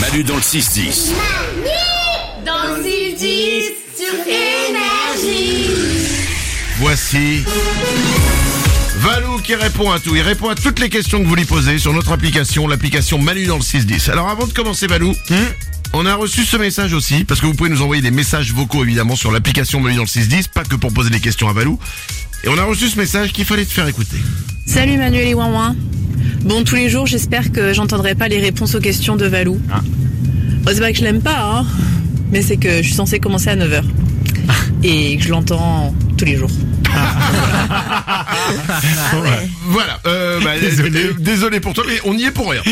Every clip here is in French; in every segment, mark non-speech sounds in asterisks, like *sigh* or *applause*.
Manu dans le 6-10. Dans le 10 sur Énergie. Voici Valou qui répond à tout. Il répond à toutes les questions que vous lui posez sur notre application, l'application Manu dans le 610. Alors avant de commencer Valou, on a reçu ce message aussi, parce que vous pouvez nous envoyer des messages vocaux évidemment sur l'application Manu dans le 610, pas que pour poser des questions à Valou. Et on a reçu ce message qu'il fallait te faire écouter. Salut Manuel et Wanwan. Bon, tous les jours, j'espère que j'entendrai pas les réponses aux questions de Valou. Bon, c'est pas que je l'aime pas, hein, mais c'est que je suis censée commencer à 9h. Ah. Et que je l'entends tous les jours. Voilà, euh, bah, Désolé. euh, désolé pour toi, mais on y est pour rien.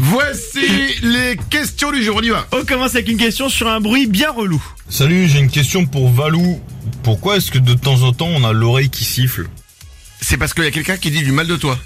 Voici les questions du jour, on y va. On commence avec une question sur un bruit bien relou. Salut, j'ai une question pour Valou. Pourquoi est-ce que de temps en temps on a l'oreille qui siffle C'est parce qu'il y a quelqu'un qui dit du mal de toi.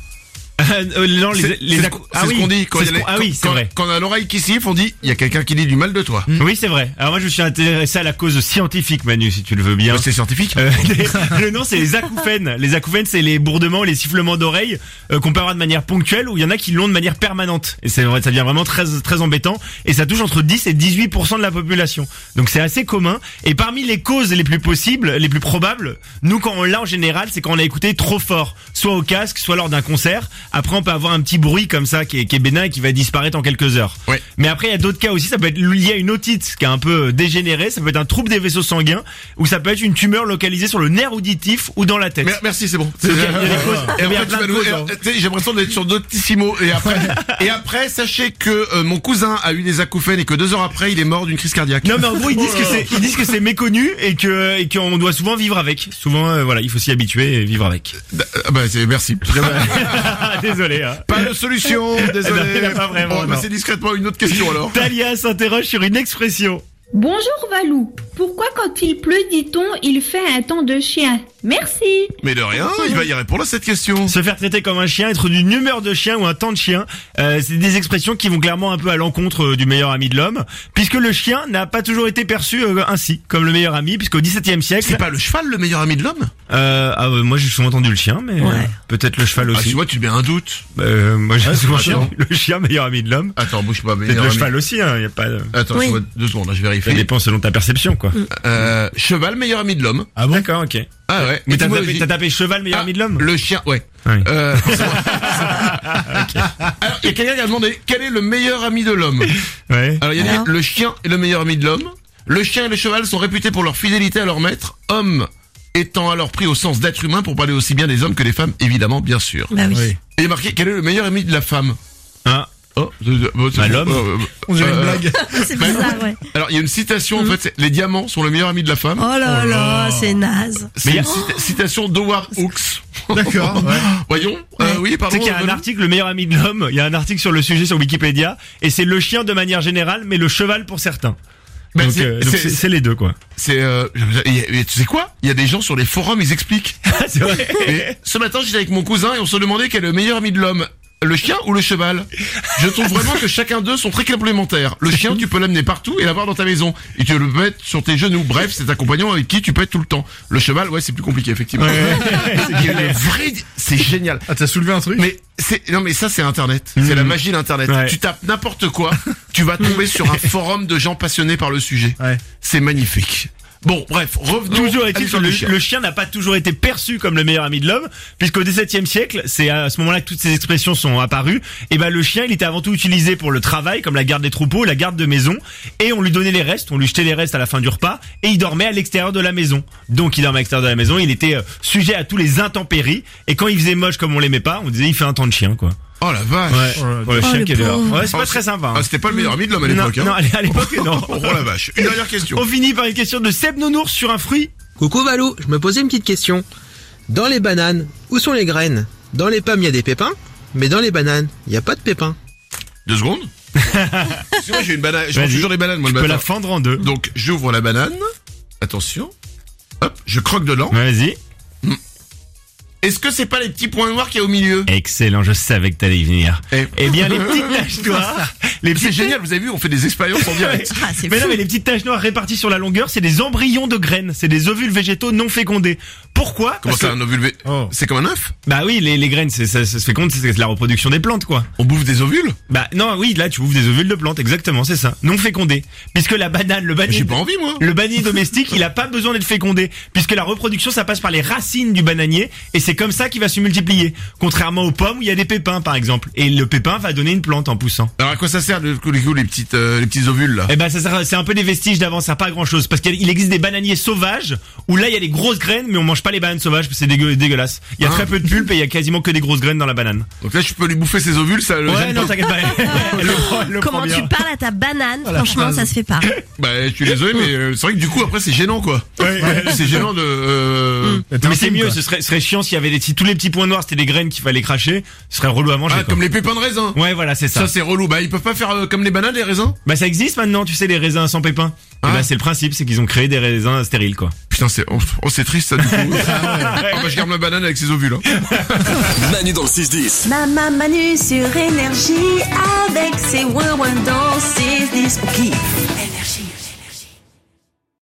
*laughs* Euh, non, les, C'est les c'est ce acc- qu'on- c'est ce qu'on dit quand il y c'est ce a les- qu'on- ah oui, quand- c'est vrai. Mm. quand- quand on a l'oreille qui siffle, on dit il y a quelqu'un qui dit du mal de toi. Oui, c'est vrai. Alors moi, je me suis intéressé à la cause scientifique, Manu, si tu le veux bien. Mais C'est scientifique. *laughs* Euh, les- le nom, c'est les acouphènes. Les acouphènes, c'est les bourdements, les sifflements d'oreilles euh, qu'on peut avoir de manière ponctuelle ou il y en a qui l'ont de manière permanente. Et c'est vrai, ça devient vraiment très, très embêtant. Et ça touche entre 10 et 18% de la population. Donc c'est assez commun. Et parmi les causes les plus possibles, les plus probables, nous, quand on l'a en général, c'est quand on l'a écouté trop fort. Soit au casque, soit lors d'un concert. Après, on peut avoir un petit bruit comme ça qui est, qui est bénin et qui va disparaître en quelques heures. Ouais. Mais après, il y a d'autres cas aussi. Ça peut être lié à une otite qui est un peu dégénérée. Ça peut être un trouble des vaisseaux sanguins ou ça peut être une tumeur localisée sur le nerf auditif ou dans la tête. Mer- Merci, c'est bon. il y a des causes. Et Il y après, a tu plein vas de nous- causes, et- hein. tu sais, J'ai l'impression d'être sur Doctissimo. Et *laughs* après, et après, sachez que euh, mon cousin a eu des acouphènes et que deux heures après, il est mort d'une crise cardiaque. Non mais en gros ils disent que c'est ils disent que c'est méconnu et que et qu'on doit souvent vivre avec. Souvent euh, voilà il faut s'y habituer et vivre *laughs* avec. Ah bah, c'est- *laughs* merci. Désolé. Hein. Pas de solution, désolé. *laughs* Eh ben, il y en a pas vraiment, Bon, bah, non. c'est discrètement une autre question alors. *laughs* Talia s'interroge sur une expression. Bonjour Valou. Pourquoi quand il pleut, dit-on, il fait un temps de chien Merci. Mais de rien, il va y répondre à cette question. Se faire traiter comme un chien, être d'une humeur de chien ou un temps de chien, euh, c'est des expressions qui vont clairement un peu à l'encontre euh, du meilleur ami de l'homme, puisque le chien n'a pas toujours été perçu euh, ainsi comme le meilleur ami, puisqu'au XVIIe siècle, C'est pas le cheval le meilleur ami de l'homme euh, ah, ouais, moi j'ai souvent entendu le chien, mais euh, Ouais. peut-être le cheval Ah, si aussi. moi, tu mets un doute. Euh, moi j'ai souvent attends. entendu le chien meilleur ami de l'homme. Attends, bouge pas, Peut-être meilleur le ami. cheval aussi, hein, y a pas. de- Attends, Oui. je vois deux secondes, là, je Ça vérifie. dépend selon ta perception, quoi. Mm. Euh, cheval, meilleur ami de l'homme. Ah bon D'accord, ok. Ah ouais. Mais t'as Étymologie. tapé, t'as tapé cheval meilleur Ah, ami de l'homme Ah Le chien, ouais. Ouais. *laughs* Euh, Alors, il y a quelqu'un qui a demandé quel est le meilleur ami de l'homme. Ouais. Alors, il y a dit, le chien est le meilleur ami de l'homme. Le chien et le cheval sont réputés pour leur fidélité à leur maître, homme étant alors pris au sens d'être humain pour parler aussi bien des hommes que des femmes, évidemment, bien sûr. Ah Bah oui. Et il y a marqué quel est le meilleur ami de la femme. Hein Oh, c'est- c'est- Bah, l'homme. euh, euh, On dirait une euh, blague. C'est bah, bizarre, ouais. Alors, il y a une citation, en fait, c'est, les diamants sont le meilleur ami de la femme. Oh là là, c'est naze. C'est Mais une y a- cita- citation d'Howard Hooks. D'accord. *laughs* Voyons. Euh, oui, Tu sais pardon. qu'il y a un Valou article, le meilleur ami de l'homme, il y a un article sur le sujet sur Wikipédia, et c'est le chien de manière générale, mais le cheval pour certains. Bah, donc c'est- euh, donc c'est- c'est c'est les *laughs* deux, quoi. C'est, euh, il y a- mais tu sais quoi Il y a des gens sur les forums, ils expliquent. c'est vrai. Et ce matin, j'étais avec mon cousin et on se demandait quel est le meilleur ami de l'homme. Le chien ou le cheval Je trouve vraiment que chacun d'eux sont très complémentaires. Le chien, tu peux l'amener partout et l'avoir dans ta maison. Et tu le peux mettre sur tes genoux. Bref, c'est un compagnon avec qui tu peux être tout le temps. Le cheval, ouais, c'est plus compliqué, effectivement. *laughs* C'est qu'il y a une vraie- C'est génial. Ah, t'as soulevé un truc Mais c'est non mais ça c'est internet, c'est la magie d'internet. Mm. Ouais. Tu tapes n'importe quoi, tu vas tomber sur un forum de gens passionnés par le sujet. Ouais. C'est magnifique. Bon, bref, revenons Toujours à est-il que l'histoire le, du chien. le chien n'a pas toujours été perçu comme le meilleur ami de l'homme, puisqu'au XVIIe siècle, c'est à ce moment-là que toutes ces expressions sont apparues. Et ben le chien, il était avant tout utilisé pour le travail, comme la garde des troupeaux, la garde de maison, et on lui donnait les restes, on lui jetait les restes à la fin du repas, et il dormait à l'extérieur de la maison. Donc il dormait à l'extérieur de la maison, il était euh, sujet à tous les intempéries, et quand il faisait moche comme on l'aimait pas, on disait il fait un temps de chien quoi. Oh la vache. Pour le Oh, chien le qui est dehors. pauvre. Ouais, c'est pas très sympa. hein. Ah, c'était pas le meilleur ami de l'homme à non, l'époque hein. non, Oh. *laughs* à l'époque *laughs* non. Oh la vache. Une dernière question. On finit par une question de Seb Nounours sur un fruit Coucou Valou, je me posais une petite question. Dans les bananes, où sont les graines Dans les pommes, il y a des pépins, mais dans les bananes, il n'y a pas de pépins. Deux secondes. *laughs* Parce que moi j'ai une banane, je mange Vas-y. toujours des bananes moi Tu le peux matin. la fendre en deux. Donc j'ouvre la banane. Attention. Hop, je croque dedans. Ouais, Vas-y. Est-ce que c'est pas les petits points noirs qu'il y a au milieu Excellent, je savais que t'allais y venir. Eh. Eh bien, *laughs* les petites taches noires, les C'est petites génial, vous avez vu, on fait des expériences en *laughs* direct. Ah, c'est mais fou. non, mais les petites taches noires réparties sur la longueur, c'est des embryons de graines, c'est des ovules végétaux non fécondés. Pourquoi Comment Parce ça, que- un ovule vé- Oh. C'est comme un œuf Bah oui, les, les graines, c'est- ça, ça se féconde, c'est c'est la reproduction des plantes, quoi. On bouffe des ovules Bah non, oui, là, tu ouvres des ovules de plantes, exactement, c'est ça, non fécondés. Puisque la banane, le bananier, J'ai pas envie, moi. le bananier domestique, il a pas besoin d'être fécondé, puisque la reproduction, ça passe par les racines du bananier, et c'est comme ça qu'il va se multiplier. Contrairement aux pommes où il y a des pépins, par exemple, et le pépin va donner une plante en poussant. Alors à quoi ça sert du coup, du coup, les petites euh, les petits ovules là Eh ben, ça sert- c'est un peu des vestiges d'avant, ça sert pas à grand chose. Parce qu'il il existe des bananiers sauvages, où là, il y a des grosses graines, mais on mange pas les bananes sauvages, parce que c'est dégueu- dégueulasse. Il y a Ah. très peu de pulpe et il y a quasiment que des grosses graines dans la banane. Donc là je peux lui bouffer ses ovules, ça le Eh. *laughs* ouais, gêne non, pas. t'inquiète pas. Elle le prend- elle le Comment prend tu bien. parles à ta banane Franchement, ça se fait pas. Bah je suis désolé mais euh, c'est vrai que du coup après c'est gênant quoi. Ouais, ouais, Mm. C'est gênant de euh, Mais c'est mieux, ce serait, ce serait chiant s'il y avait des, si tous les petits points noirs c'était des graines qu'il fallait cracher, ce serait relou à manger. ah, quoi. comme les pépins de raisin. Ouais, voilà, c'est ça. Ça c'est relou. Bah ils peuvent pas faire euh, comme les bananes les raisins Bah ça existe maintenant, tu sais, les raisins sans pépins. Ah. Et bah c'est le principe, c'est qu'ils ont créé des raisins stériles, quoi. Putain c'est oh, oh, c'est triste ça du *laughs* coup. Ah, bah je garde ma banane avec ses ovules. hein. Manu dans le 6-10. Maman Manu sur énergie avec ses ouin-ouin dans ses